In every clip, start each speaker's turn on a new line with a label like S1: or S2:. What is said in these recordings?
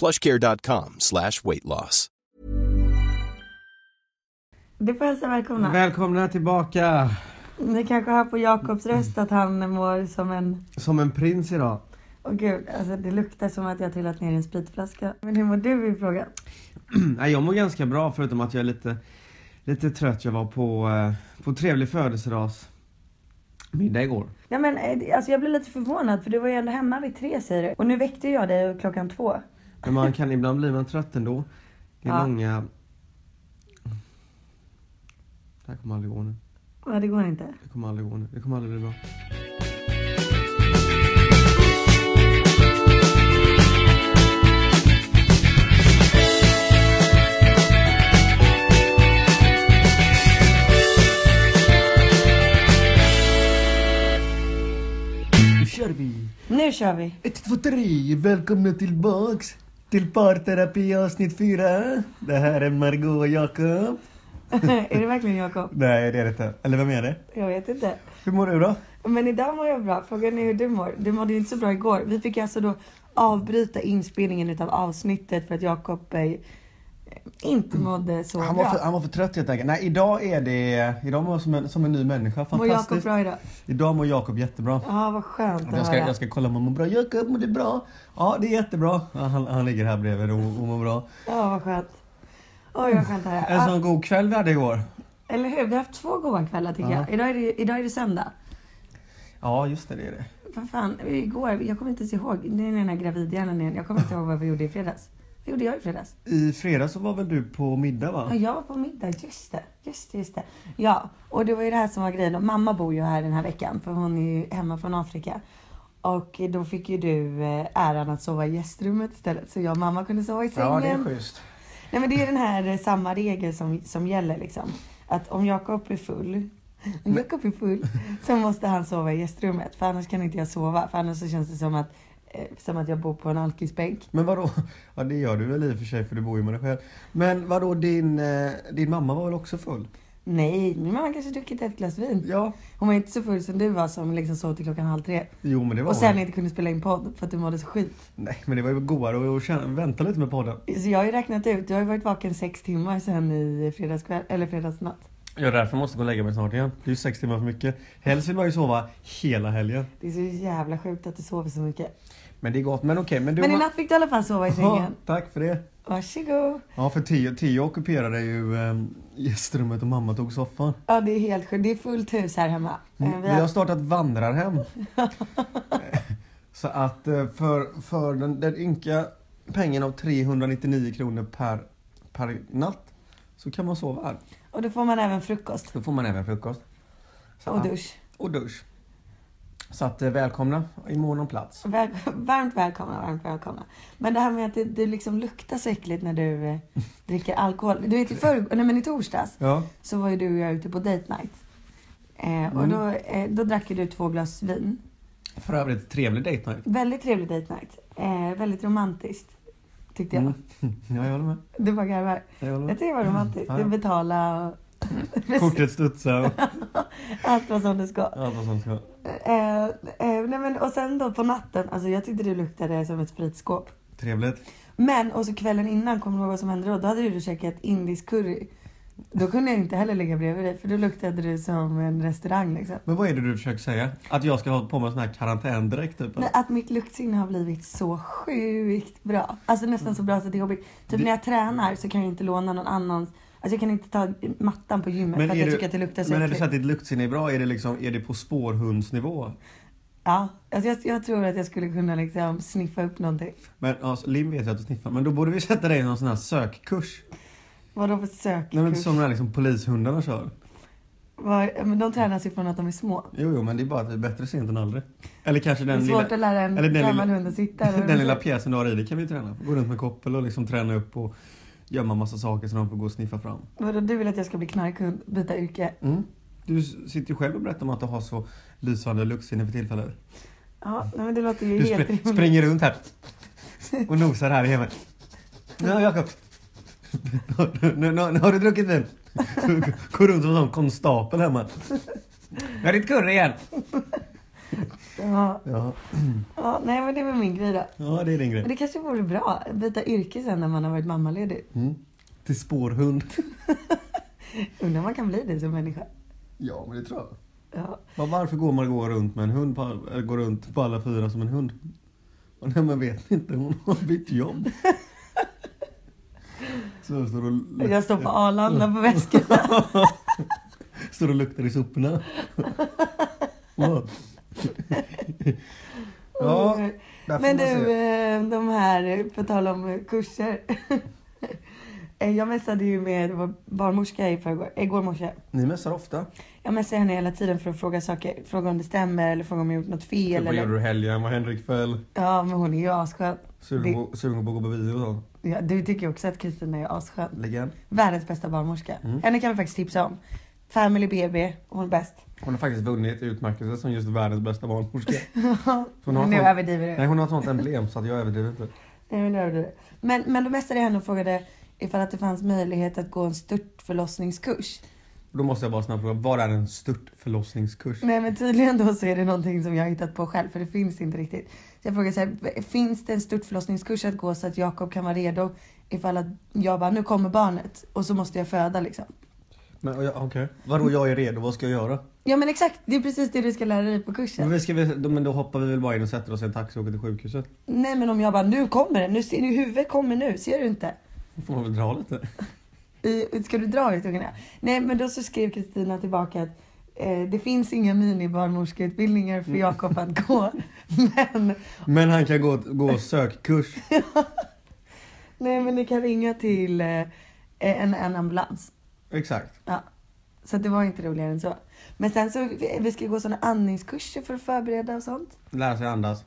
S1: Plushcare.com slash weight loss.
S2: Du får hälsa välkomna.
S3: Välkomna tillbaka
S2: Ni kanske hör på Jakobs röst att han mår som en...
S3: som en prins idag.
S2: Åh gud, alltså det luktar som att jag trillat ner i en spritflaska. Men hur mår du i frågan?
S3: Nej, jag mår ganska bra förutom att jag är lite, lite trött. Jag var på, eh, på trevlig födelsedagsmiddag igår.
S2: Nej men eh, alltså jag blev lite förvånad för du var ju ändå hemma vid tre säger du. Och nu väckte jag dig klockan två.
S3: Men man kan ibland bli man trött ändå. Det är
S2: Ja.
S3: långa... Det här kommer aldrig gå nu.
S2: Nej det går inte.
S3: Det kommer aldrig gå nu. Det kommer aldrig bli bra. Nu kör vi!
S2: Nu kör vi!
S3: Ett, två, tre! Välkomna tillbaks till parterapi avsnitt fyra. Det här är Margot och Jakob.
S2: är det verkligen Jakob?
S3: Nej, det är det inte. Eller vem är det?
S2: Jag vet inte.
S3: Hur mår du då?
S2: Men idag mår jag bra. Frågan är hur du mår. Du mådde ju inte så bra igår. Vi fick alltså då avbryta inspelningen utav avsnittet för att Jakob eh, inte mådde så
S3: Han var,
S2: bra.
S3: för, han var för trött helt enkelt. Nej, idag är det... Idag mår jag som en, som en ny människa.
S2: Mår Jakob
S3: Fantastiskt.
S2: bra idag?
S3: Idag mår Jakob jättebra.
S2: Ja, ah, vad skönt att
S3: Jag ska,
S2: höra.
S3: jag ska kolla om han mår bra. Jakob, mår du bra? Ja, det är jättebra. Ja, Han, han ligger här bredvid och, och mår bra.
S2: Ja, ah, vad skönt. Oj, vad skönt det här
S3: En
S2: är.
S3: sån god kväll vi hade igår.
S2: Ja, Eller hur? Vi har haft två goa kvällar tycker
S3: Ja.
S2: jag. Idag är, det, idag är det söndag.
S3: Ja, just det. Det är det.
S2: Vad fan, igår, jag kommer inte ens ihåg. Det är den här gravidhjärnan igen. Jag kommer inte ihåg vad vi gjorde i fredags. Vad gjorde jag i fredags?
S3: I fredags så var väl du på middag va?
S2: Ja, jag var på middag. Just det, just det, just det. Ja, och det var ju det här som var grejen. Och Mamma bor ju här den här veckan för hon är ju hemma från Afrika. Och då fick ju du eh, äran att sova i gästrummet istället. Så jag och mamma kunde sova i sängen.
S3: Ja, det är schysst.
S2: Nej men det är den här eh, samma regel som, som gäller liksom. Att om Jakob är full, om Jakob är full, så måste han sova i gästrummet. För annars kan inte jag sova. För annars så känns det som att, eh, som att jag bor på en alkisbänk.
S3: Men vadå? Ja, det gör du väl i och för sig för du bor ju med dig själv. Men vadå, din, eh, din mamma var väl också full?
S2: Nej, min mamma kanske druckit ett glas vin.
S3: Ja.
S2: Hon var inte så full som du var som liksom sov till klockan halv tre.
S3: Jo, men det var
S2: Och sen
S3: hon.
S2: inte kunde spela in podd för att du mådde så skit.
S3: Nej, men det var ju godare att känna, vänta lite med podden.
S2: Så jag har ju räknat ut, du har ju varit vaken sex timmar sen i fredagskväll, eller fredagsnatt.
S3: Ja, därför måste jag gå och lägga mig snart igen. Det är ju sex timmar för mycket. Helst vill man ju sova hela helgen.
S2: Det är så jävla sjukt att du sover så mycket.
S3: Men det är gott. Men okej, men du...
S2: Men i
S3: har-
S2: natt fick du i alla fall sova i
S3: Ja,
S2: sängen.
S3: tack för det.
S2: Varsågod.
S3: Ja, för Tio, tio ockuperade ju eh, gästrummet och mamma tog soffan.
S2: Ja, det är helt sjukt. Det är fullt hus här hemma. Eh,
S3: Vi har startat vandrarhem. Så att eh, för, för den, den ynka pengen av 399 kronor per, per natt så kan man sova här.
S2: Och då får man även frukost
S3: Då får man även frukost. Så
S2: och
S3: att-
S2: dusch.
S3: Och dusch. Så att eh, välkomna i mån om plats.
S2: Väl, varmt välkomna, varmt välkomna. Men det här med att det, det liksom luktar så äckligt när du eh, dricker alkohol. Du vet i förr, nej men i torsdags
S3: Ja.
S2: så var ju du och jag ute på date night. Eh, och
S3: Mm.
S2: då, eh, då drack ju du två glas vin.
S3: För övrigt trevlig date night.
S2: Väldigt trevlig date night. Eh, väldigt romantiskt. Tyckte jag.
S3: Mm. Ja, jag håller med.
S2: Du bara garvar.
S3: Jag håller
S2: Jag
S3: med.
S2: tyckte det var romantiskt.
S3: Ja,
S2: Du
S3: ja.
S2: betalade och
S3: Kortet studsar och
S2: allt var som det ska.
S3: allt vad som ska.
S2: Eh, eh, nej men, och sen då på natten, alltså jag tyckte du luktade som ett spritskåp.
S3: Trevligt.
S2: Men och så kvällen innan, kommer du ihåg vad som hände då? Då hade du käkat indisk curry. Då kunde jag inte heller ligga bredvid dig för då luktade du som en restaurang liksom.
S3: Men vad är det du försöker säga? Att jag ska ha på mig en sån här karantändräkt typ?
S2: Nej,
S3: eller?
S2: att mitt luktsinne har blivit så sjukt bra. Alltså nästan så bra så det är jobbigt. Typ
S3: Det-
S2: när jag tränar så kan jag inte låna någon annans. Alltså jag kan inte ta mattan på gymmet för att jag
S3: du-
S2: tycker att det luktar så
S3: men är det
S2: äckligt.
S3: så att ditt luktsinne är bra? Är det, liksom, är det på spårhundsnivå?
S2: Ja, alltså jag, jag tror att jag skulle kunna liksom sniffa upp någonting.
S3: Men alltså, Lim vet jag att du sniffar. Men då borde vi sätta dig i någon sån här sökkurs.
S2: Vadå för sökkurs?
S3: Nej men som de här liksom, polishundarna kör.
S2: Vad- men de tränas ju från att de är små.
S3: Jo, jo, men det är bara att det är bättre sent än aldrig. Eller kanske
S2: Det är
S3: den
S2: svårt
S3: lilla,
S2: att lära en
S3: eller den
S2: gammal
S3: lilla-
S2: hund att sitta. eller vad
S3: den
S2: man
S3: lilla
S2: säger.
S3: pjäsen du har i dig kan vi träna. Gå runt med koppel och liksom träna upp och gömma massa saker så de får gå och sniffa fram.
S2: Vadå, du vill att jag ska bli knarkhund, byta yrke?
S3: Mm. Du s- sitter ju själv och berättar om att du har så lysande luktsinne för tillfället.
S2: Ja, nej, men det låter ju
S3: Du
S2: helt
S3: spr-
S2: rimligt.
S3: springer runt här och nosar här i hemmet. Ja, Jakob. Nu, nu, nu, nu har du druckit vin. Går runt som en sån konstapel hemma. Nu är ditt curry igen.
S2: Ja,
S3: Ja.
S2: ja, nej men det är väl min grej då.
S3: ja, det är din
S2: Men
S3: grej.
S2: det kanske vore bra, att byta yrke sen när man har varit mammaledig.
S3: Mm. Till spårhund.
S2: Undrar om man kan bli det som människa.
S3: Ja, men det tror jag.
S2: Ja.
S3: Men varför går man gå runt med en hund på, all- eller går runt på alla fyra som en hund? Och nej, men vet ni inte, hon har bytt jobb. Så jag står och, luk-
S2: Jag står på Arlanda på väskorna.
S3: står och luktar i soporna. Vad? ja, där får
S2: Oh. Men
S3: man
S2: du,
S3: se.
S2: eh, de här, eh, på tal om eh, kurser. Eh, Jag messade ju med vår barnmorska i förrgår, eh, igår morse.
S3: Ni mässar ofta.
S2: Jag messar henne hela tiden för att fråga saker. Fråga om det stämmer eller fråga om jag gjort något
S3: Typ,
S2: fel.
S3: vad gör
S2: Eller...
S3: du i helgen? Vad händer ikväll?
S2: Ja, men hon är ju asskön.
S3: Sugen på- Sugen på att gå på bio och sånt?
S2: Ja, du tycker ju också att Kristina är asskön.
S3: Legend.
S2: Världens bästa barnmorska.
S3: Mm.
S2: Henne kan vi faktiskt tipsa om. Family BB, hon är bäst.
S3: Hon har faktiskt vunnit utmärkelse som just världens bästa barnmorska. Hon har
S2: nu
S3: sånt-
S2: överdriver du.
S3: Nej, hon har ett sånt emblem så att jag överdriver inte.
S2: Nej, men, det hörde du. men, men då messade jag henne och frågade ifall att det fanns möjlighet att gå en störtförlossningskurs.
S3: Då måste jag bara snabbt fråga, vad är en störtförlossningskurs?
S2: Nej men tydligen då så är det någonting som jag har hittat på själv för det finns inte riktigt. Så jag frågade så här, finns det en störtförlossningskurs att gå så att Jakob kan vara redo ifall att jag bara, nu kommer barnet och så måste jag föda liksom.
S3: Men, och jag- Okej. Vadå jag är redo, vad ska jag göra?
S2: Ja men exakt, det är precis det du ska lära dig på
S3: Men,
S2: kursen.
S3: vi ska vi, då, men då hoppar vi väl bara in och sätter oss i en taxi och åker till sjukhuset.
S2: Nej men om jag bara, nu kommer det, nu ser du, huvudet kommer nu, ser du inte?
S3: Då får man väl dra lite.
S2: I, ska du dra i tungan? Nej men då så skrev Kristina tillbaka att eh, det finns inga minibarnmorskeutbildningar för Jakob att gå. Men,
S3: Men han kan gå, gå sökkurs.
S2: nej men ni kan ringa till eh, en, en ambulans.
S3: Exakt.
S2: Ja. Så att det var inte roligare än så. Men sen så, vi, vi ska gå sådana andningskurser för att förbereda och sånt.
S3: Lära sig andas.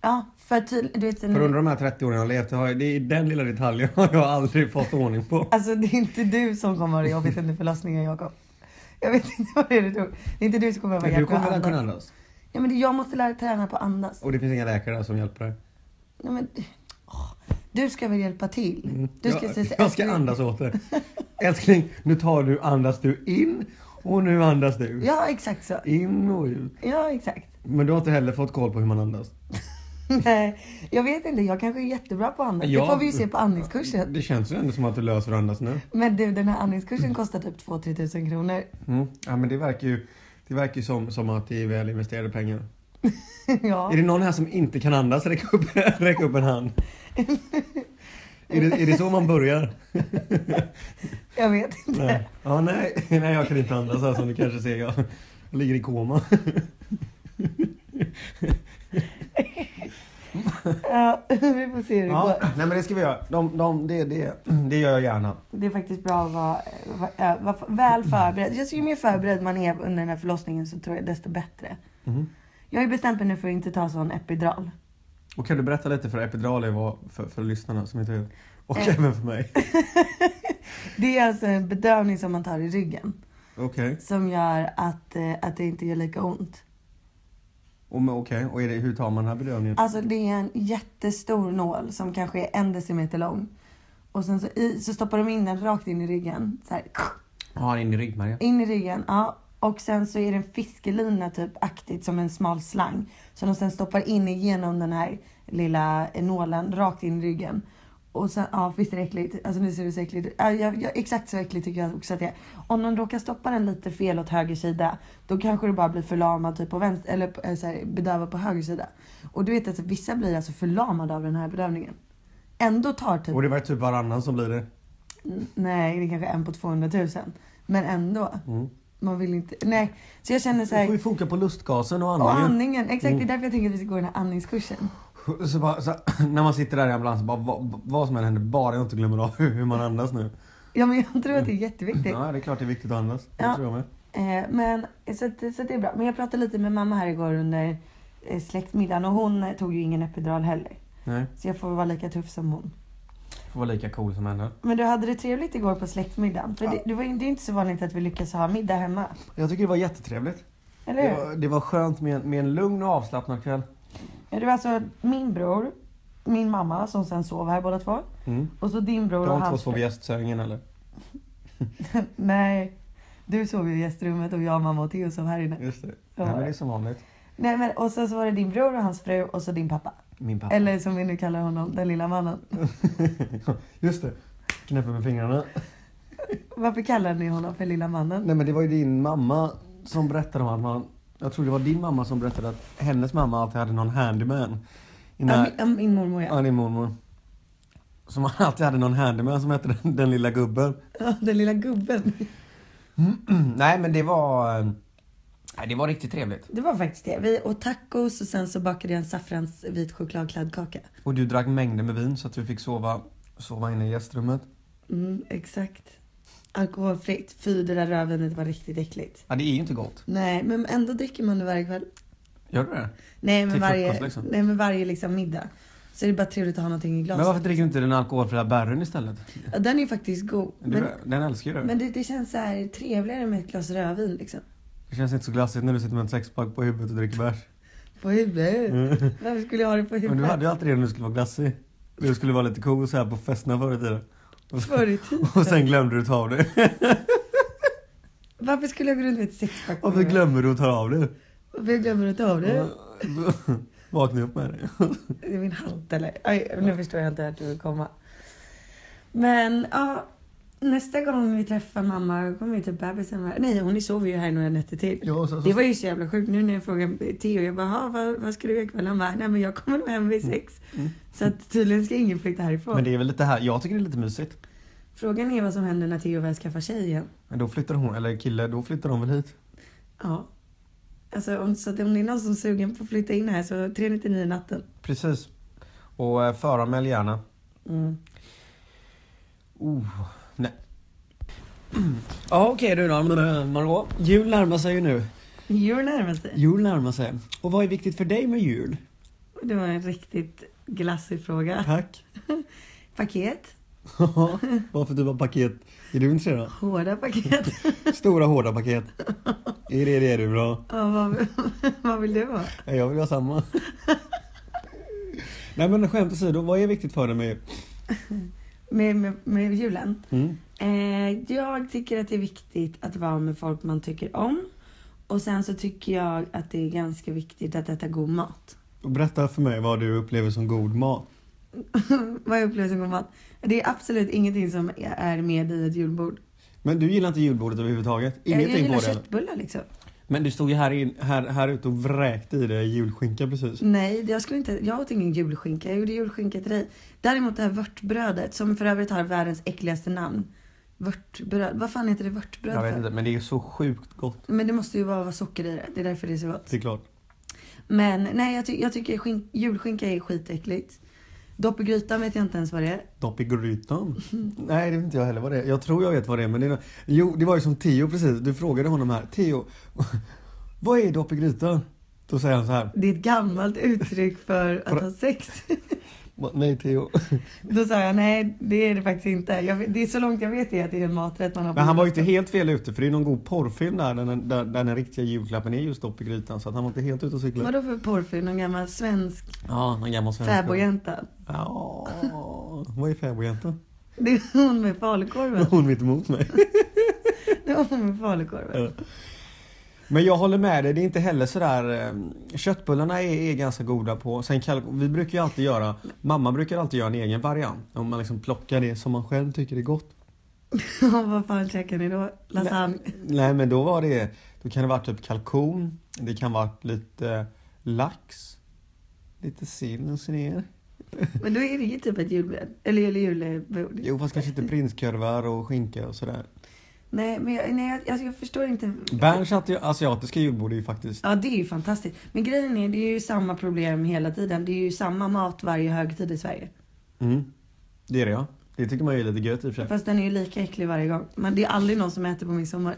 S2: Ja, för tydligen, du vet.
S3: För under de här 30 åren jag har levt, jag har, det är den lilla detaljen har jag aldrig fått ordning på.
S2: Alltså det är inte du som kommer ha det jobbigt under förlossningen Jakob. Jag vet inte vad det är du tror. Det är inte du som kommer vara
S3: Men du
S2: hjälp
S3: kommer väl
S2: att
S3: kunna
S2: andas.
S3: andas?
S2: Ja men det, jag måste lära träna på att andas.
S3: Och det finns inga läkare där som hjälper dig?
S2: Nej, men, åh, du ska väl hjälpa till? Du ska
S3: jag,
S2: säga så här,
S3: Mm. jag ska
S2: älskling-
S3: andas åt dig. Älskling, nu tar du, andas du in och nu andas du.
S2: Ja, exakt så.
S3: In och ut.
S2: Ja, exakt.
S3: Men du har inte heller fått koll på hur man andas?
S2: Nej, jag vet inte. Jag kanske är jättebra på att andas.
S3: Ja.
S2: Det får vi ju se på andningskursen.
S3: Det känns ju ändå som att du löser att andas nu.
S2: Men du, den här andningskursen kostar typ 2-3 tusen kronor.
S3: Mm. Ja men det verkar ju, det verkar ju som, som att det är väl investerade pengar.
S2: ja.
S3: Är det någon här som inte kan andas? Räck upp, räck upp en hand. är, det, är det så man börjar?
S2: Jag vet inte.
S3: Nej. Ja, nej. nej, jag kan inte andas här som du kanske ser. Jag, jag ligger i koma.
S2: Ja, vi får se hur det
S3: Ja,
S2: går.
S3: nej men det ska vi göra. De, de, det, det, det gör jag gärna.
S2: Det är faktiskt bra att vara, vara, vara väl förberedd. Jag tycker ju mer förberedd man är under den här förlossningen så tror jag desto bättre.
S3: Mm.
S2: Jag har ju bestämt mig nu för att inte ta sån epidural.
S3: Och kan du berätta lite för epidural är vad för, för lyssnarna som inte vet? Och
S2: Eh.
S3: även för mig.
S2: Det är alltså en bedövning som man tar i ryggen.
S3: Okej.
S2: Som gör att, eh, att det inte gör lika ont.
S3: Och, men okej, och är det, hur tar man den här bedövningen?
S2: Alltså det är en jättestor nål som kanske är en decimeter lång. Och sen så, i, så stoppar de in den rakt in i ryggen. Så här,
S3: Ja, in i ryggmärgen.
S2: in i ryggen, ja. Och sen så är det en fiskelina typ aktigt som en smal slang. Som de sen stoppar in igenom den här lilla eh, nålen rakt in i ryggen. Och sen, ja visst är det äckligt? Alltså nu ser det så äckligt ut. Ja, jag, jag, exakt så äckligt tycker jag också att det är. Om någon råkar stoppa den lite fel åt höger sida, då kanske du bara blir förlamad typ på vänster, eller på- eh, så här, bedövad på höger sida. Och du vet att vissa blir alltså förlamade av den här bedövningen. Ändå tar typ,
S3: Och det var typ varannan som blir det.
S2: n- nej det är kanske en på 200 000. Men ändå. Man vill inte, nej. Så jag känner så
S3: Mm. Du får
S2: här,
S3: ju foka på lustgasen och
S2: och
S3: andningen.
S2: andningen, exakt
S3: Mm.
S2: det är därför jag tänker att vi ska gå den här andningskursen.
S3: Så bara, så, när man sitter där i ambulansen, bara, vad, vad som än händer, bara jag inte glömmer av hur man andas nu.
S2: Ja men jag tror att det är jätteviktigt.
S3: Ja, det är klart det är viktigt att andas. Det
S2: Ja.
S3: tror jag med.
S2: Eh, men, så, att- så att det är bra. Men jag pratade lite med mamma här igår under eh, släktmiddagen och hon eh, tog ju ingen epidural heller.
S3: Nej,
S2: Så jag får vara lika tuff som hon.
S3: får vara lika cool som henne.
S2: Men du hade det trevligt igår på släktmiddagen. För
S3: Ja.
S2: det, det, var, ju- det är inte så vanligt att vi lyckas ha middag hemma.
S3: Jag tycker det var jättetrevligt.
S2: Eller
S3: Det
S2: hur?
S3: var, det var skönt med en, med en lugn och avslappnad kväll.
S2: Ja, det var alltså min bror, min mamma som sen sov här båda två.
S3: Mm.
S2: Och så din bror och
S3: De två
S2: hans
S3: sov i gästsängen eller?
S2: Nej, du sov ju i gästrummet och jag, mamma och Theo sov här inne.
S3: Just det.
S2: Ja.
S3: Nej, men det är som vanligt.
S2: Nej, men, och sen så var det din bror och hans fru och så din pappa.
S3: Min pappa.
S2: Eller som vi nu kallar honom, den lilla mannen.
S3: Mm. Just det. Knäpper med fingrarna.
S2: Varför kallar ni honom för lilla mannen?
S3: Nej men det var ju din mamma som berättade om att man... Jag tror det var din mamma som berättade att hennes mamma alltid hade någon handyman. I
S2: Ja,
S3: när,
S2: min- ja, min mormor ja.
S3: ja, din mormor. Som alltid hade någon handyman som hette den, den lilla gubben.
S2: Ja, Den lilla gubben.
S3: Nej men det var... eh, Nej, det var riktigt trevligt.
S2: Det var faktiskt det. Vi åt tacos och sen så bakade jag en saffrans vit chokladkladdkaka.
S3: Och du drack mängder med vin så att du fick sova, sova inne i gästrummet.
S2: Mm, exakt. Alkoholfritt. Fy, det där rödvinet var riktigt äckligt.
S3: Ja, det är ju inte gott.
S2: Nej, men ändå dricker man det varje kväll.
S3: Gör du det?
S2: Nej, men
S3: Till frukost,
S2: varje,
S3: liksom.
S2: nej, men varje liksom middag. Så är det bara trevligt att ha någonting i
S3: Men varför
S2: glaset.
S3: dricker du inte den alkoholfria bärren istället?
S2: Ja, den är ju faktiskt god.
S3: Du,
S2: Men,
S3: den älskar ju du.
S2: men det, det känns så här trevligare med ett glas rödvin liksom.
S3: Det känns inte så glassigt när du sitter med en sexpack på huvudet och dricker bärs.
S2: På huvudet. Varför skulle jag ha det på huvudet?
S3: Men Mm. du hade ju alltid det när du skulle vara glassig. Du skulle vara lite cool så här på festerna förr i tiden. Och sen-
S2: Förr i tiden.
S3: Och sen glömde du ta av det.
S2: Varför skulle jag gå runt med ett sexpack på
S3: Varför
S2: huvudet?
S3: glömmer du att ta av det?
S2: Varför jag glömmer att ta av det?
S3: Vakna upp med det.
S2: Det är min hatt eller? Aj, nu förstår jag inte vart du vill komma. Men ja, nästa gång vi träffar mamma då kommer ju typ bebisen vara... Nej, hon sover ju här några nätter till.
S3: Ja, alltså- så,
S2: Det var ju så jävla sjukt nu när jag frågade Theo, jag bara, "Ha, vad, vad ska du göra ikväll? Han bara, nej men jag kommer nog hem vid sex. Så att tydligen ska ingen flytta härifrån.
S3: Mm. Men det är väl lite här, jag tycker det är lite mysigt.
S2: Frågan är vad som händer när Theo väl skaffar tjej igen.
S3: Men då flyttar hon, eller kille, då flyttar de väl hit?
S2: Ja. Alltså om, så att om det är någon som är sugen på att flytta in här så 399 i natten.
S3: Precis. Och eh, föranmäl gärna.
S2: Mm.
S3: Oh, nej. Ja okej du då Mm, Margot. Jul närmar sig ju nu.
S2: Jul närmar sig.
S3: Jul närmar sig. Och vad är viktigt för dig med jul?
S2: Det var en riktigt glassig fråga.
S3: Tack.
S2: Paket.
S3: Varför typ av paket är du intresserad
S2: Hårda paket.
S3: av? Stora hårda paket. Är det det är du bra?
S2: Ja, vad, vad vill du ha?
S3: Ja, Jag vill ha samma. Nej men skämt åsido, vad är viktigt för dig med
S2: Med, med, med julen?
S3: mm.
S2: Eh, jag tycker att det är viktigt att vara med folk man tycker om. Och sen så tycker jag att det är ganska viktigt att äta god mat.
S3: Berätta för mig vad du upplever som god mat.
S2: vad jag upplever som god mat? Det är absolut ingenting som är med i ett julbord.
S3: Men du gillar inte julbordet överhuvudtaget? Ingenting
S2: jag, jag gillar
S3: på det?
S2: köttbullar liksom.
S3: Men du stod ju här, in, här, här ute och vräkte i dig julskinka
S2: Mm.
S3: precis.
S2: Nej, jag, skulle inte, jag åt ingen julskinka. Jag gjorde julskinka till dig. Däremot det här vörtbrödet, som för övrigt har världens äckligaste namn. Vörtbröd. Vad fan heter det vörtbröd
S3: Jag vet
S2: för?
S3: inte, men det är ju så sjukt gott.
S2: Men det måste ju vara vara socker i det. Det är därför det är så gott.
S3: Det är klart.
S2: Men nej, jag, ty- jag tycker skink- julskinka är skitäckligt. Dopp i grytan vet jag inte ens vad det är.
S3: Dopp i grytan?
S2: Mm.
S3: Nej, det vet inte jag heller vad det är. Jag tror jag vet vad det är, men det är nå- Jo, det var ju som Theo precis. Du frågade honom här. Theo, vad är dopp i grytan? Då säger han så här.
S2: Det är ett gammalt uttryck för att ha sex.
S3: "Va, Nej, Theo.
S2: Då sa jag nej, det är det faktiskt inte. Jag, vet- det är så långt jag vet det att det är en maträtt man har på
S3: Men han var ju inte
S2: julafton.
S3: helt fel ute, för det är någon god porrfilm där, där, där, där den riktiga julklappen är just dopp i grytan. Så att han var inte helt ute och cyklade.
S2: Vadå för porrfilm? Någon gammal svensk
S3: Ja, någon gammal svensk.
S2: fäbodjänta?
S3: Ja, vad är fäbodjäntan?
S2: Det är hon med falukorven.
S3: Hon mitt emot mig.
S2: Det var hon med falukorven.
S3: Men jag håller med dig, det är inte heller sådär... eh, Köttbullarna är, är ganska goda på... Sen kalk, vi brukar ju alltid göra... Mamma brukar alltid göra en egen variant. Om man liksom plockar det som man själv tycker är gott.
S2: Ja, Vad fan käkar ni då? Lasagne?
S3: Nej men då var det... Då kan det vara typ kalkon. Det kan vara lite eh, lax. Lite sill och sådär.
S2: Men då är det ju typ ett julbord. Eller, eller julbord.
S3: Jo fast kanske inte prinskorvar och skinka och sådär.
S2: Nej, men jag, nej, jag, alltså, jag förstår inte.
S3: Berns ati- asiatiska julbord är ju faktiskt...
S2: Ja, det är ju fantastiskt. Men grejen är, det är ju samma problem hela tiden. Det är ju samma mat varje högtid i Sverige.
S3: Mm, det är det ja. Det tycker man ju är lite gött i och för sig.
S2: Fast den är ju lika äcklig varje gång. Men det är aldrig någon som äter på midsommar.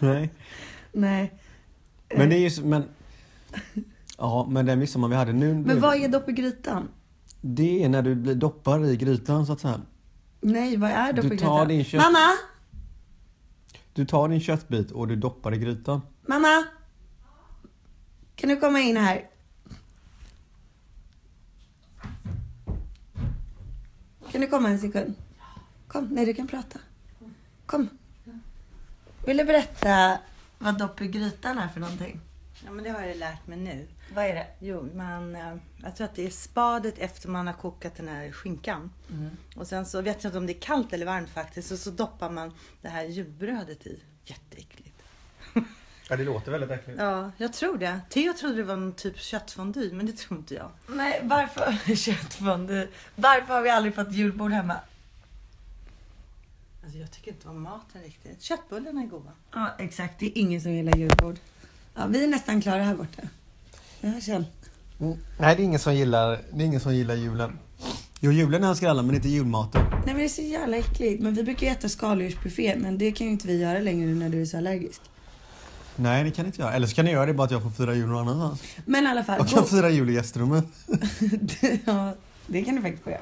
S3: Nej.
S2: Nej.
S3: Men
S2: Eh.
S3: det är ju så- men... Ja, men den midsommar vi hade nu...
S2: Men vad är dopp i grytan?
S3: Det är när du blir- doppar i grytan så att säga.
S2: Nej, vad är dopp
S3: Du
S2: i
S3: tar
S2: grytan?
S3: din kött-
S2: Mamma!
S3: Du tar din köttbit och du doppar i grytan.
S2: Mamma! Kan du komma in här? Kan du komma en sekund? Kom, nej du kan prata. Kom. Vill du berätta vad dopp i grytan är för någonting?
S4: Ja, men det har jag lärt mig nu.
S2: Vad är det?
S4: Jo, man, eh, jag tror att det är spadet efter man har kokat den här skinkan.
S2: Mm.
S4: Och sen så vet jag inte om det är kallt eller varmt faktiskt. Och så doppar man det här julbrödet i. Jätteäckligt.
S3: Ja, det låter väldigt äckligt.
S4: Ja, jag tror det. Theo trodde det var någon typ köttfondy, men det tror inte jag.
S2: Nej, varför... Köttfondue. Varför har vi aldrig fått julbord hemma?
S4: Alltså, jag tycker inte om maten riktigt. Köttbullarna är goda.
S2: Ja, exakt. Det är ingen som gillar julbord. Ja, vi är nästan klara här borta. Ja, Kjell.
S3: Mm. Nej, det är ingen som gillar, det är ingen som gillar julen. Jo, julen älskar alla, men inte julmaten.
S2: Nej men det är så jävla äckligt. Men vi brukar ju äta skaldjursbuffé men det kan ju inte vi göra längre nu när du är så allergisk.
S3: Nej, det kan inte jag. Eller så kan jag göra det bara att jag får fira jul någon annanstans.
S2: Men i alla fall.
S3: Jag kan
S2: god-
S3: fira jul i gästrummet.
S2: ja, det kan du faktiskt få göra.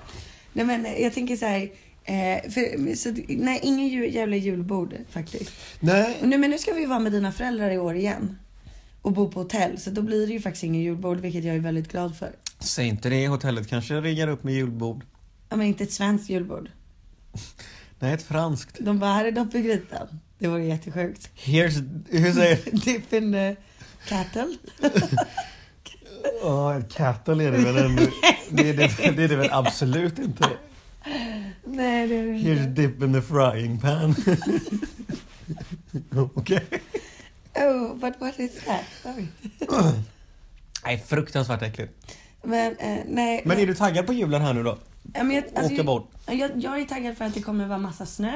S2: Nej men eh, jag tänker så här. Eh, för, så, nej, ingen jul, jävla julbord faktiskt.
S3: Nej.
S2: Och nu, men nu ska vi ju vara med dina föräldrar i år igen. Och bo på hotell. Så då blir det ju faktiskt ingen julbord vilket jag är väldigt glad för.
S3: Säg inte det. Hotellet kanske riggar upp med julbord.
S2: Ja men inte ett svenskt julbord.
S3: Nej, ett franskt.
S2: De bara, här är dopp i grytan. Det vore jättesjukt.
S3: Here's... Hur säger...
S2: Dip in the cattle.
S3: Ja, ett cattle är det väl ändå. Det är det, det är det väl absolut inte.
S2: Nej det är det inte.
S3: Here's dip in the frying pan. Okej.
S2: Oh, but what is that? Sorry.
S3: Nej, fruktansvärt äckligt.
S2: Men eh, nej.
S3: Men är du taggad på julen här nu då?
S2: Ja, men jag, alltså,
S3: åka bort?
S2: Jag, jag, jag är taggad för att det kommer vara massa snö.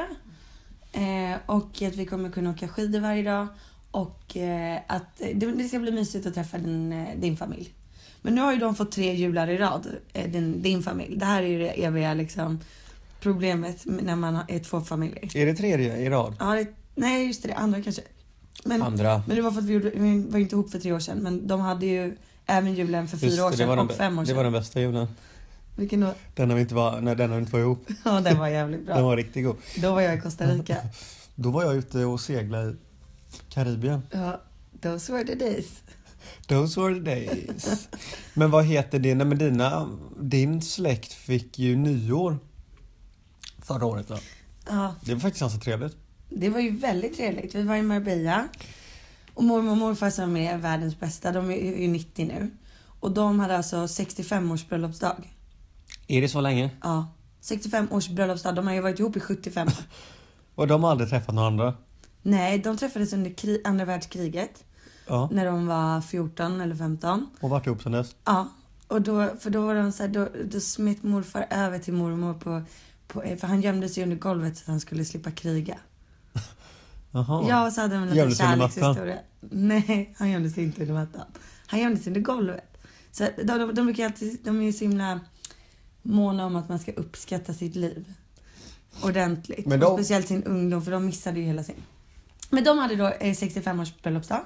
S2: Eh, och att vi kommer kunna åka skidor varje dag. Och eh, att eh, det, det ska bli mysigt att träffa din, eh, din familj. Men nu har ju de fått tre jular i rad, eh, din, din familj. Det här är ju det eviga liksom, problemet med- när man har- är två familjer.
S3: Är det tredje i rad?
S2: Ja, det, nej, just det. Andra kanske. Men,
S3: Andra.
S2: men det var för att vi, gjorde, vi var inte ihop för tre år sedan. Men de hade ju även julen för fyra
S3: Just
S2: år
S3: det, det
S2: sedan
S3: var den
S2: och
S3: bä-
S2: fem år
S3: Det
S2: sedan.
S3: var den bästa julen.
S2: Vilken då?
S3: Den har vi inte var, nej, den har vi inte var ihop.
S2: Ja, den var jävligt bra.
S3: Den var riktigt god.
S2: Då var jag i Costa Rica.
S3: Då var jag ute och seglade i Karibien.
S2: Ja, those were the days.
S3: Those were the days. Men vad heter det? Nej, men dina, din släkt fick ju nyår förra året va?
S2: Ja,
S3: Det var faktiskt ganska trevligt.
S2: det var ju väldigt trevligt. Vi var i Marbella. Och mormor och morfar som är världens bästa, de är ju 90 nu. Och de hade alltså 65 års bröllopsdag.
S3: Är det så länge?
S2: Ja, 65 års bröllopsdag. De har ju varit ihop i 75 år.
S3: Och de har aldrig träffat några andra?
S2: Nej, de träffades under kri- andra världskriget.
S3: Ja.
S2: När de var 14 eller 15.
S3: Och varit ihop sen dess?
S2: Ja, och då, för då var de så här, då, då smet morfar över till mormor på, på, eh, för han gömde sig under golvet så att han skulle slippa kriga.
S3: Jaha.
S2: Ja, och så hade de en liten
S3: Gömde sig under mattan?
S2: kärlekshistoria. Nej, han gömde sig inte under mattan. Han gömde sig under golvet. Så att de, de, de brukar alltid, de är ju så himla måna om att man ska uppskatta sitt liv. Ordentligt.
S3: Men
S2: Och
S3: de-
S2: speciellt sin ungdom, för de missade ju hela sin. Men de hade då eh, 65 års bröllopsdag.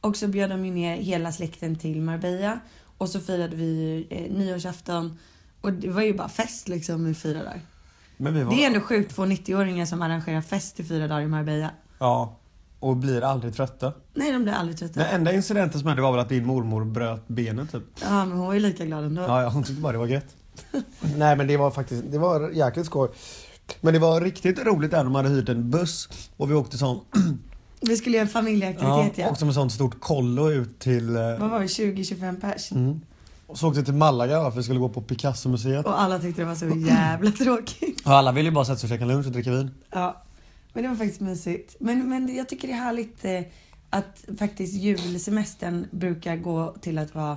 S2: Och så bjöd de ju ner hela släkten till Marbella. Och så firade vi eh, nyårsafton. Och det var ju bara fest liksom i fyra dagar.
S3: Men vi var...
S2: Det är ändå sjukt få 90-åringar som arrangerar fest i fyra dagar i Marbella.
S3: Ja. Och blir aldrig trötta.
S2: Nej, de blir aldrig trötta.
S3: Den enda incidenten som hände var väl att din mormor bröt benet typ.
S2: Ja, men hon var ju lika glad ändå.
S3: Ja, ja hon tyckte bara det var gött. Nej men det var faktiskt, det var jäkligt skoj. Men det var riktigt roligt där de hade hyrt en buss och vi åkte sån
S2: Vi skulle göra en familjeaktivitet ja.
S3: och som ett sånt stort kollo ut till... eh,
S2: Vad var det? 20-25 pers?
S3: Och så åkte vi till Malaga va, för vi skulle gå på Picasso-museet.
S2: Och alla tyckte det var så jävla tråkigt.
S3: Och alla ville ju bara sätta sig och käka lunch och dricka vin.
S2: Ja. Men det var faktiskt mysigt. Men, men jag tycker det är härligt eh, att faktiskt julsemestern brukar gå till att vara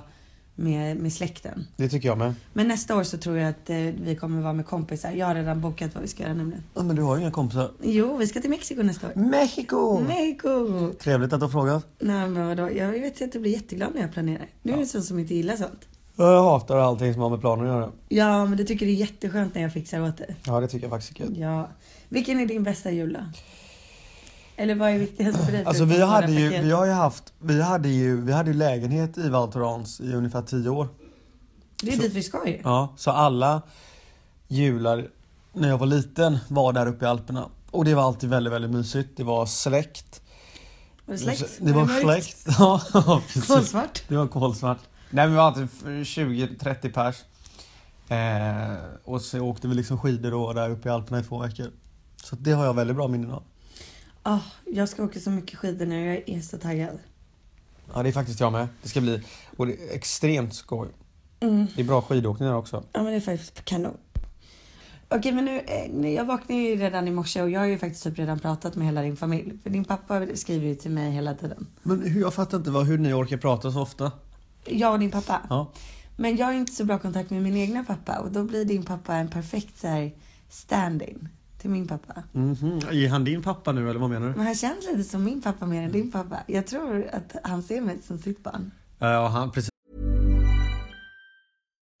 S2: med, med släkten.
S3: Det tycker jag med.
S2: Men nästa år så tror jag att eh, vi kommer vara med kompisar. Jag har redan bokat vad vi ska göra nämligen.
S3: Ja, men du har ju inga kompisar.
S2: Jo, vi ska till Mexiko nästa år.
S3: Mexiko!
S2: Mexiko!
S3: Trevligt att du har frågat.
S2: Nej men vadå, jag vet att du blir jätteglad när jag planerar. Nu är det en sån som inte gillar sånt.
S3: Jag hatar allting som har med planer att göra.
S2: Ja, men du tycker det är jätteskönt när jag fixar åt dig.
S3: Ja, det tycker jag faktiskt är gött.
S2: Ja. Vilken är din bästa jul då? Eller vad är viktigast för dig?
S3: Alltså vi
S2: förutom
S3: hade
S2: några
S3: ju,
S2: paket?
S3: vi har ju haft, vi hade ju, vi hade ju lägenhet i Val Thorens i ungefär tio år.
S2: Det är dit vi ska ju.
S3: Ja, så alla jular när jag var liten var där uppe i Alperna. Och det var alltid väldigt, väldigt mysigt. Det var släkt.
S2: Var det släkt?
S3: Det var
S2: mörkt?
S3: släkt. Ja, precis.
S2: Kolsvart?
S3: Det var kolsvart. Nej men vi var alltid 20-30 pers. Eh, och så åkte vi liksom skidor då där uppe i Alperna i två veckor. Så det har jag väldigt bra minnen av.
S2: Ah, jag ska åka så mycket skidor nu, jag är så taggad.
S3: Ja det är faktiskt jag med. Det ska bli och det är extremt skoj.
S2: Mm.
S3: Det är bra skidåkningar också.
S2: Ja men det är faktiskt kanon. Okej men nu, eh, nu- jag vaknade ju redan i morse och jag har ju faktiskt typ redan pratat med hela din familj. För din pappa skriver ju till mig hela tiden.
S3: Men hur, jag fattar inte vad, hur ni orkar prata så ofta.
S2: Jag och din pappa.
S3: Ja.
S2: Men jag har inte så bra kontakt med min egna pappa och då blir din pappa en perfekt så här, stand-in till min pappa.
S3: Mhm. Är han din pappa nu eller vad menar du?
S2: Men han känns lite som min pappa mer än
S3: Mm.
S2: din pappa. Jag tror att han ser mig som sitt barn.
S3: Ja, han, precis.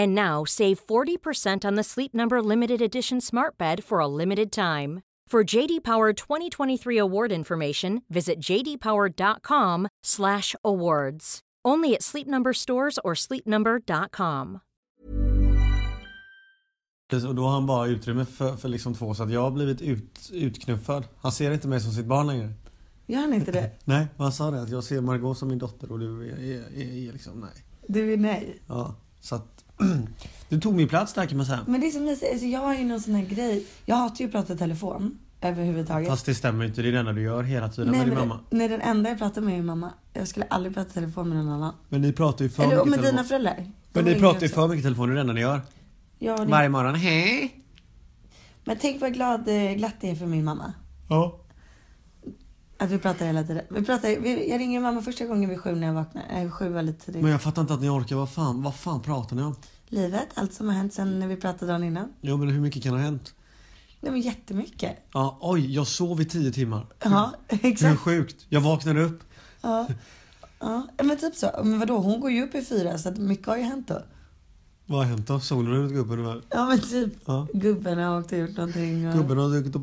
S5: And now save 40% on the Sleep Number limited edition Smart Bed for a limited time. For JD Power 2023 award information, visit jdpower.com/awards. Only at Sleep Number stores or sleepnumber.com.
S3: Och då har han bara utrymme för, för liksom två så att jag har blivit ut, utknuffad. Han ser inte mig som sitt barn längre.
S2: Gör han inte det?
S3: Nej, vad han sa det att jag ser Margot som min dotter och du är, är, är, är liksom nej.
S2: Du är nej.
S3: Ja, så att du tog min plats där kan man säga.
S2: Men det är så mysigt. Alltså, jag har ju någon sån här grej. Jag hatar ju att prata i telefon överhuvudtaget.
S3: Fast det stämmer ju inte, det är det enda du gör hela tiden med
S2: nej,
S3: din
S2: men
S3: mamma.
S2: nej, den enda jag pratar med är mamma. Jag skulle aldrig prata i telefon med någon annan.
S3: Men ni pratar ju för
S2: Eller
S3: mycket
S2: med dina
S3: telefon.
S2: föräldrar. De
S3: Men ni
S2: ringer
S3: pratar ju
S2: också.
S3: för mycket telefon, det är det enda ni gör.
S2: Ja, det-
S3: Varje morgon, hej!
S2: Men tänk vad glad, eh, glatt det är för min mamma.
S3: Ja.
S2: Att vi pratar hela tiden. Vi pratar, vi, jag ringer mamma första gången vid sju när jag vaknar. Nej, sju var lite tidigt.
S3: Men jag fattar inte att ni orkar, vad fan, vad fan pratar ni om?
S2: Livet, allt som har hänt sen när vi pratade dagen innan.
S3: Jo men hur mycket kan ha hänt?
S2: Nej men jättemycket.
S3: Ja, oj, jag sov i tio timmar.
S2: Ja,
S3: Hur
S2: exakt.
S3: sjukt? Jag vaknade upp.
S2: Ja, men typ så. Men vadå, hon går ju upp i fyra så att mycket har ju hänt då.
S3: Vad har hänt då? Solen har gått upp ungefär.
S2: Ja men typ.
S3: Ja.
S2: Gubben har åkt och gjort någonting. Och...
S3: Gubben har gått och,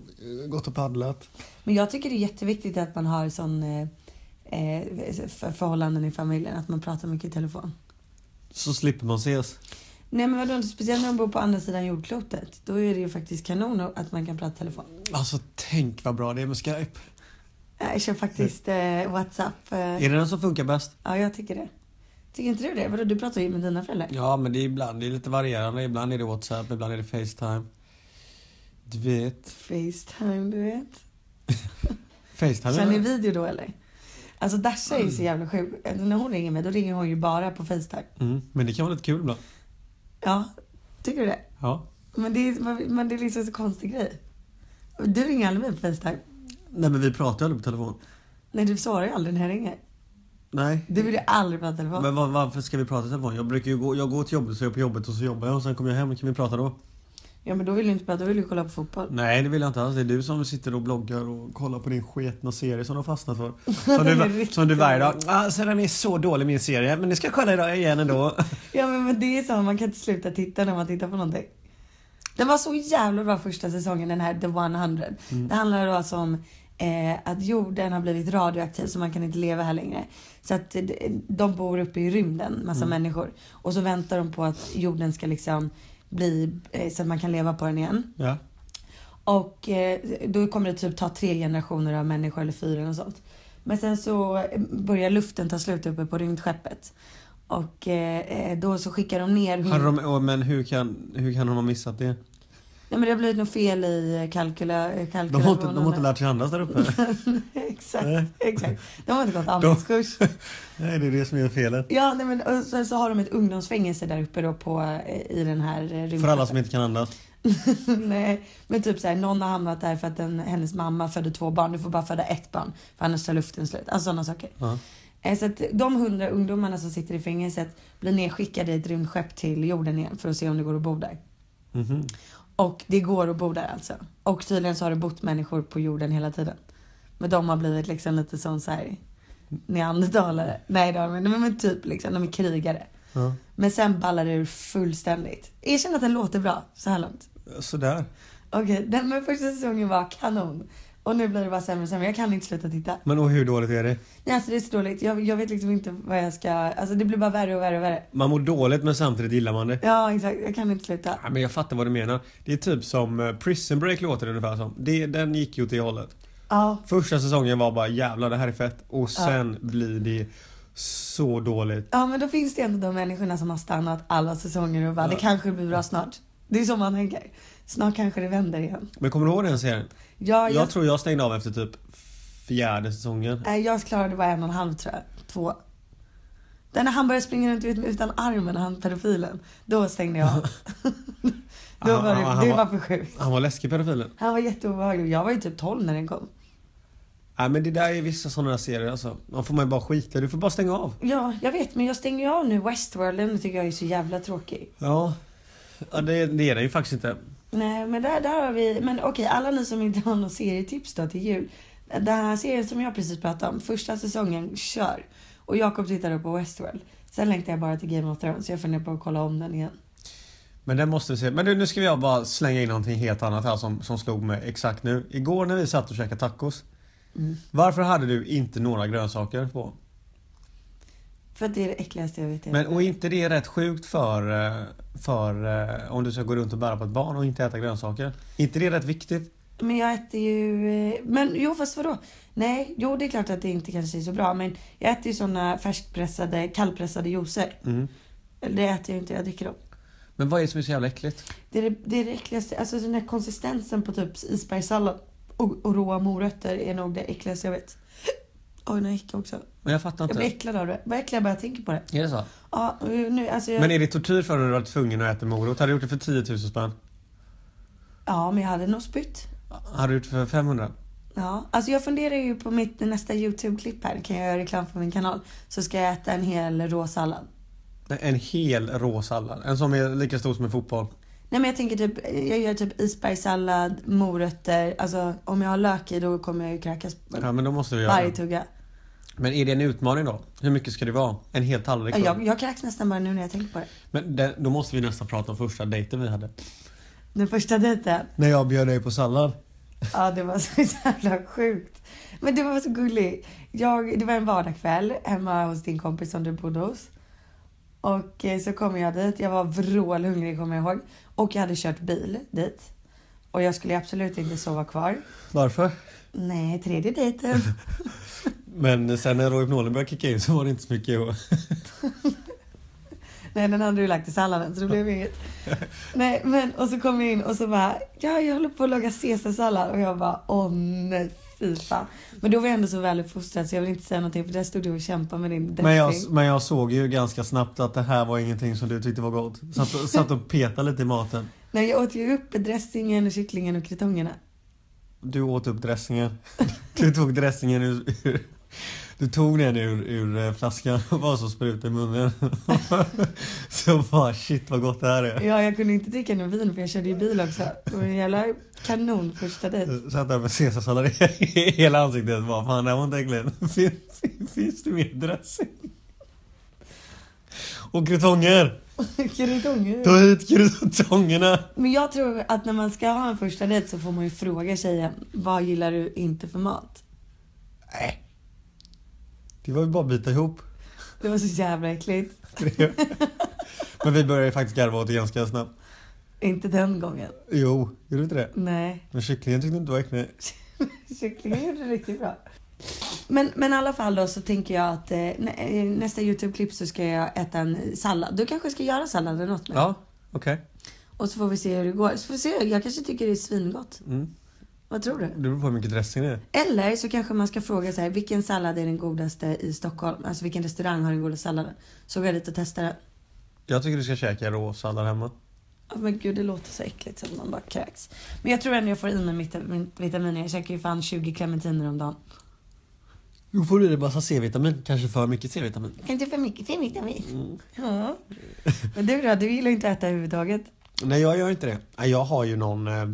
S3: gått och paddlat.
S2: Men jag tycker det är jätteviktigt att man har sån eh, eh, för- förhållanden i familjen. Att man pratar mycket i telefon.
S3: Så slipper man ses.
S2: Nej men vadå, speciellt när de bor på andra sidan jordklotet. Då är det ju faktiskt kanon att man kan prata i telefon.
S3: Alltså tänk vad bra det är med Skype.
S2: Jag kör faktiskt eh, WhatsApp. Eh,
S3: Är det den som funkar bäst?
S2: ja, jag tycker det. Tycker inte du det? Vadå, du pratar ju med dina föräldrar.
S3: Ja, men det är ibland det är lite varierande. Ibland är det WhatsApp, ibland är det Facetime. Du vet.
S2: Facetime, du vet.
S3: Facetime?
S2: Kör ni video då eller? Alltså Dasha är ju så jävla sjuk. När hon ringer mig, då ringer hon ju bara på Facetime.
S3: Mm, men det kan vara lite kul ibland.
S2: Ja, tycker du det?
S3: Ja.
S2: Men det är, men det är liksom så konstig grej. Du ringer aldrig mig på Facetime.
S3: Nej, men vi pratar ju aldrig på telefon.
S2: Nej, du svarar ju aldrig när jag ringer.
S3: Nej.
S2: Du vill ju aldrig prata telefon.
S3: Men var, varför ska vi prata i telefon? Jag brukar ju gå, jag går till jobbet, så är jag på jobbet och så jobbar jag och sen kommer jag hem. Kan vi prata då?
S2: Ja, men då vill du inte prata, då vill du kolla på fotboll.
S3: Nej, det vill jag inte alls. Det är du som sitter och bloggar och kollar på din sketna serie som du har fastnat för. Som du,
S2: riktigt.
S3: som du varje dag. Ah, så den är så dålig min serie, men ni ska jag kolla idag igen ändå.
S2: Ja, men, men det är så, man kan inte sluta titta när man tittar på någonting. Den var så jävla bra första säsongen, den här The 100. Det handlar då alltså om eh, att jorden har blivit radioaktiv så man kan inte leva här längre. Så att eh, de bor uppe i rymden, massa människor. Och så väntar de på att jorden ska liksom bli, eh, så att man kan leva på den igen.
S3: ja.
S2: Och eh, då kommer det typ ta tre generationer av människor eller fyra och sånt. Men sen så eh, börjar luften ta slut uppe på rymdskeppet. Och eh, eh, då så skickar de ner... hund-
S3: Hade de, åh, men hur kan, hur kan de ha missat det?
S2: Nej men det har blivit något fel i eh, kalkyla...
S3: De har inte, de har inte lärt sig andas där uppe.
S2: exakt, exakt. De har inte gått andningskurs.
S3: Nej, det är det som är felet.
S2: Ja, nej, men och så, så har de ett ungdomsfängelse där uppe då på, eh, i den här eh, rymdskeppet.
S3: För alla som inte kan andas.
S2: Nej, men typ såhär, någon har hamnat där för att den, hennes mamma födde två barn. Du får bara föda ett barn, för annars tar luften slut. Alltså sådana saker. Eh, Så att de hundra ungdomarna som sitter i fängelset blir nedskickade i ett rymdskepp till jorden igen för att se om det går att bo där. Och det går att bo där alltså. Och tydligen så har det bott människor på jorden hela tiden. Men de har blivit liksom lite som såhär neandertalare. Nej, de, men, men typ liksom, de är krigare. Men sen ballar det ur fullständigt. Erkänn att den låter bra så här långt.
S3: Sådär.
S2: Okej, den men första säsongen var kanon. Och nu blir det bara sämre och sämre. Jag kan inte sluta titta.
S3: Men och hur dåligt är det?
S2: Nej, alltså det är så dåligt. Jag, jag vet liksom inte vad jag ska... Alltså det blir bara värre och värre och värre.
S3: Man mår dåligt men samtidigt gillar man det.
S2: Ja, exakt. Jag kan inte sluta.
S3: Ja, men jag fattar vad du menar. Det är typ som eh, Prison Break låter det ungefär som. Det, den gick ju åt det hållet.
S2: Ja,
S3: Första säsongen var bara jävlar det här är fett. Och sen blir det så dåligt.
S2: ja, men då finns det ändå de människorna som har stannat alla säsonger och bara, det kanske blir bra snart. Det är så man tänker. Snart kanske det vänder igen.
S3: Men kommer du ihåg den serien?
S2: Ja, jag,
S3: Jag tror jag stängde av efter typ fjärde säsongen.
S2: Nej, jag klarade bara en och en halv tror jag. Två. Den när han började springa runt ut- utan armen, han pedofilen. Då stängde jag av. då
S3: Han-
S2: var
S3: han-
S2: det,
S3: han
S2: det
S3: var-
S2: var för sjukt.
S3: Han var läskig pedofilen.
S2: Han var jätteobehaglig. Jag var ju typ 12 när den kom.
S3: Nej men det där är vissa sådana där serier alltså. Man får man ju bara skita i. Du får bara stänga av.
S2: Ja, jag vet men jag stänger ju av nu Westworld. Den tycker jag är så jävla tråkig.
S3: Ja. ja det, det är den ju faktiskt inte.
S2: Nej men där, där har vi, men okej alla ni som inte har något serietips då till jul. Den här serien som jag precis pratade om, första säsongen, kör. Och Jakob tittar upp på Westworld. Sen längtar jag bara till Game of Thrones. Jag funderar på att kolla om den igen.
S3: Men den måste vi se. Men du, nu ska jag bara slänga in någonting helt annat här som, som slog mig exakt nu. Igår när vi satt och käkade tacos. Varför hade du inte några grönsaker på?
S2: För att det är det äckligaste jag vet.
S3: Men och inte det är rätt sjukt för, eh, för eh, om du ska gå runt och bära på ett barn och inte äta grönsaker? inte det är rätt viktigt?
S2: Men jag äter ju... eh, Men jo, fast vadå? Nej, jo det är klart att det inte kanske är så bra. Men jag äter ju såna färskpressade, kallpressade juicer. Eller det äter jag inte, jag dricker dem.
S3: Men vad är det som är så jävla äckligt?
S2: Det är det, det, är det äckligaste. Alltså den här konsistensen på typ isbergssallad och, och råa morötter är nog det äckligaste jag vet. Oj, nu gick jag också.
S3: Men jag fattar
S2: Jag
S3: inte.
S2: blir äcklad av det. Vad äcklig jag bara tänker på det.
S3: Är det så?
S2: Ja, nu, alltså jag,
S3: Men är det tortyr för dig att du varit tvungen att äta morot? Hade du gjort det för 10 000 spänn?
S2: ja, men jag hade nog spytt.
S3: Hade du gjort det för 500?
S2: Ja, alltså jag funderar ju på mitt nästa YouTube-klipp här. Kan jag göra reklam för min kanal? Så ska jag äta en hel rå sallad.
S3: Nej, En hel rå sallad. En som är lika stor som en fotboll.
S2: Nej men jag tänker typ, jag gör typ isbergssallad, morötter. Alltså om jag har lök i då kommer jag ju kräkas
S3: Ja men då måste vi göra
S2: varje
S3: det.
S2: tugga.
S3: Men är det en utmaning då? Hur mycket ska det vara? En hel tallrik?
S2: Ja,
S3: då?
S2: Jag, jag kräks nästan bara nu när jag tänker på det.
S3: Men det, då måste vi nästan prata om första dejten vi hade.
S2: Den första dejten,
S3: När jag bjöd dig på sallad.
S2: ja det var så jävla sjukt. Men det var så gulligt. Jag, det var en vardagskväll hemma hos din kompis som du bodde hos. Och eh, så kom jag dit, jag var vrålhungrig kommer jag ihåg. Och jag hade kört bil dit. Och jag skulle absolut inte sova kvar.
S3: Varför?
S2: Nej, tredje dejten.
S3: Men sen när Rohypnolen började kicka in så var det inte så mycket att...
S2: Nej den hade du lagt i salladen så det blev inget. Nej men och så kom jag in och så bara, ja jag håller på att laga caesarsallad och jag bara, åh nej fy fan. Men då var jag ändå så väl uppfostrad så jag vill inte säga någonting för där stod du och kämpade med din dressing.
S3: Men jag, men jag såg ju ganska snabbt att det här var ingenting som du tyckte var gott. Satt, och- satt och petade lite i maten.
S2: Nej jag åt ju upp dressingen och kycklingen och kritongerna.
S3: Du åt upp dressingen. Du tog dressingen ur... ur du tog den ur, ur eh, flaskan och var så sprut i munnen. Så bara shit vad gott det här är.
S2: Ja jag kunde inte dricka någon vin för jag körde ju bil också. Det var en jävla kanon första dejt.
S3: Satt där med caesarsallad i hela ansiktet. Bara, Fan det här var inte äckligt. Finns, finns det mer dressing? Och krutonger!
S2: Kritonger.
S3: Ta hit krutongerna!
S2: Men jag tror att när man ska ha en första dejt så får man ju fråga tjejen, vad gillar du inte för mat?
S3: Nej. Det var ju bara att bita ihop.
S2: Det var så jävla äckligt.
S3: Men vi började ju faktiskt garva åt det ganska snabbt.
S2: Inte den gången.
S3: Jo, gjorde du inte det?
S2: Nej,
S3: Men kycklingen tyckte inte det var äckligt.
S2: kycklingen gjorde det riktigt bra. Men, men i alla fall då så tänker jag att eh, nä- eh, nästa Youtube-klipp så ska jag äta en sallad. Du kanske ska göra salladen åt mig?
S3: okej.
S2: Och så får vi se hur det går. Så får vi se, jag kanske tycker det är svingott. Vad tror du?
S3: Det beror på hur mycket dressing det är.
S2: Eller så kanske man ska fråga så här, vilken sallad är den godaste i Stockholm? Alltså vilken restaurang har den godaste salladen? Så går jag dit och testar den.
S3: Jag tycker du ska käka råsallad hemma.
S2: Ja, men gud det låter så äckligt så att man bara kräks. Men jag tror ändå jag får i mig mitt, mitt vitaminer. Jag käkar ju fan 20 clementiner om dagen.
S3: Då får du i dig massa C-vitamin. Kanske för mycket C-vitamin.
S2: Kan inte för mycket för vitamin. Ja. Men du då, du gillar ju inte att äta överhuvudtaget.
S3: Nej, jag gör inte det. Nej, Jag har ju någon... eh,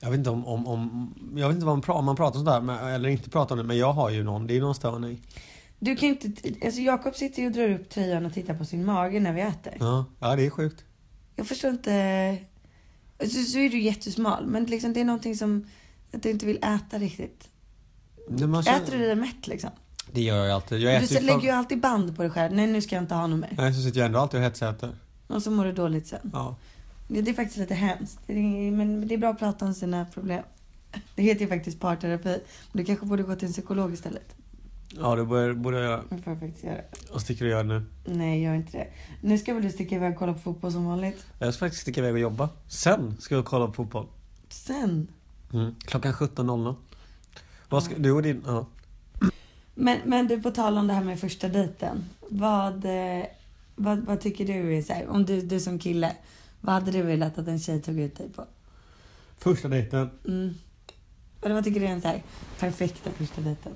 S3: Jag vet inte om, om, om jag vet inte vad man pratar, man pratar sådär med, eller inte pratar om det, men jag har ju någon, det är ju någon störning.
S2: Du kan ju inte, alltså Jakob sitter ju och drar upp tröjan och tittar på sin mage när vi äter.
S3: Ja, ja det är sjukt.
S2: Jag förstår inte. Alltså, så är du jättesmal men liksom det är någonting som att du inte vill äta riktigt.
S3: Nej, man känner-
S2: Äter du dig mätt liksom?
S3: Det gör jag ju alltid. Jag
S2: Du
S3: äter ju
S2: lägger ju
S3: för...
S2: alltid band på dig själv. Nej nu ska jag inte ha något mer.
S3: Nej, så sitter jag ändå alltid och hetsäter.
S2: Och så mår du dåligt sen.
S3: Ja.
S2: Ja, det är faktiskt lite hemskt. Det är, men det är bra att prata om sina problem. Det heter ju faktiskt parterapi. Men Du kanske borde gå till en psykolog istället.
S3: Ja, det borde, borde jag göra.
S2: Det får jag faktiskt göra.
S3: Och sticker och gör nu.
S2: Nej, gör inte det. Nu ska väl du sticka iväg och kolla på fotboll som vanligt.
S3: Jag ska faktiskt sticka iväg och jobba. Sen ska jag kolla på fotboll.
S2: Sen.
S3: Klockan 17.00. Vad ska, du och din... Ja.
S2: Men, men du, på tal om det här med första dejten. Vad, eh, vad, vad tycker du är så här, om du, du som kille. Vad hade du velat att en tjej tog ut dig på?
S3: Första dejten.
S2: Eller vad tycker du är den så här, perfekta första dejten?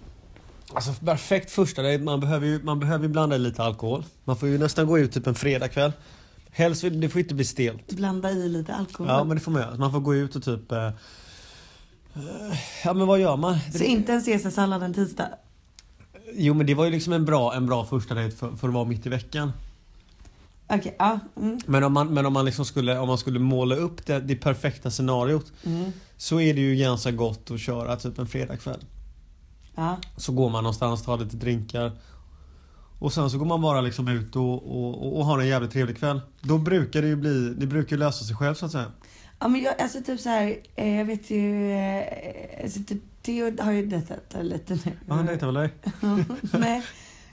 S3: Alltså perfekt första dejt. Man behöver ju, man behöver ju blanda i lite alkohol. Man får ju nästan gå ut typ en fredagkväll. Helst, vill- det får inte bli stelt.
S2: Blanda i lite alkohol.
S3: Ja men det får man göra. Man får gå ut och typ... Eh, eh, ja men vad gör man?
S2: Så inte en caesarsallad en tisdag?
S3: Jo men det var ju liksom en bra, en bra första dejt för, för att vara mitt i veckan.
S2: Okej, ja. Mm.
S3: Men om man, men om man, liksom skulle, om man skulle måla upp det, det perfekta scenariot så är det ju ganska gott att köra typ en fredagkväll.
S2: Ja.
S3: Så går man någonstans, tar lite drinkar och sen så går man bara liksom ut och, och, och, och har en jävligt trevlig kväll. Då brukar det ju bli, det brukar ju lösa sig själv så att säga.
S2: Ja men jag, alltså typ så här, eh, jag vet ju, eh, alltså typ Theo har ju dejtat lite nu.
S3: Ja, han dejtar väl
S2: Mm.
S3: dig?
S2: Nej.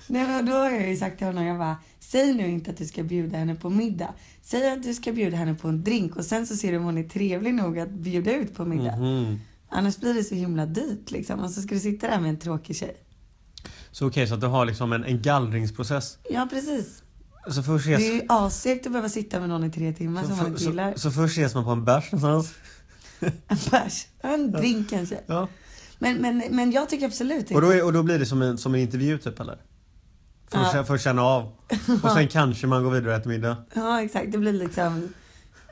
S2: Nej men då har jag ju sagt till honom, jag bara, säg nu inte att du ska bjuda henne på middag. Säg att du ska bjuda henne på en drink och sen så ser du om hon är trevlig nog att bjuda ut på middag.
S3: Mhm.
S2: Annars blir det så himla dyrt liksom och så ska du sitta där med en tråkig tjej.
S3: Så okej, så att du har liksom en, en gallringsprocess.
S2: Ja precis.
S3: Så först
S2: Det
S3: ses,
S2: är ju assegt att behöva sitta med någon i tre timmar
S3: så,
S2: som man
S3: för,
S2: gillar.
S3: så, så först ses man på en bärs någonstans.
S2: En bärs, en drink kanske.
S3: Ja.
S2: Men, men, men jag tycker absolut inte...
S3: Och då, är, och då blir det som en, som en intervju typ eller? För,
S2: Ja.
S3: att, för att känna av. Och sen kanske man går vidare och äter middag.
S2: Ja exakt, det blir liksom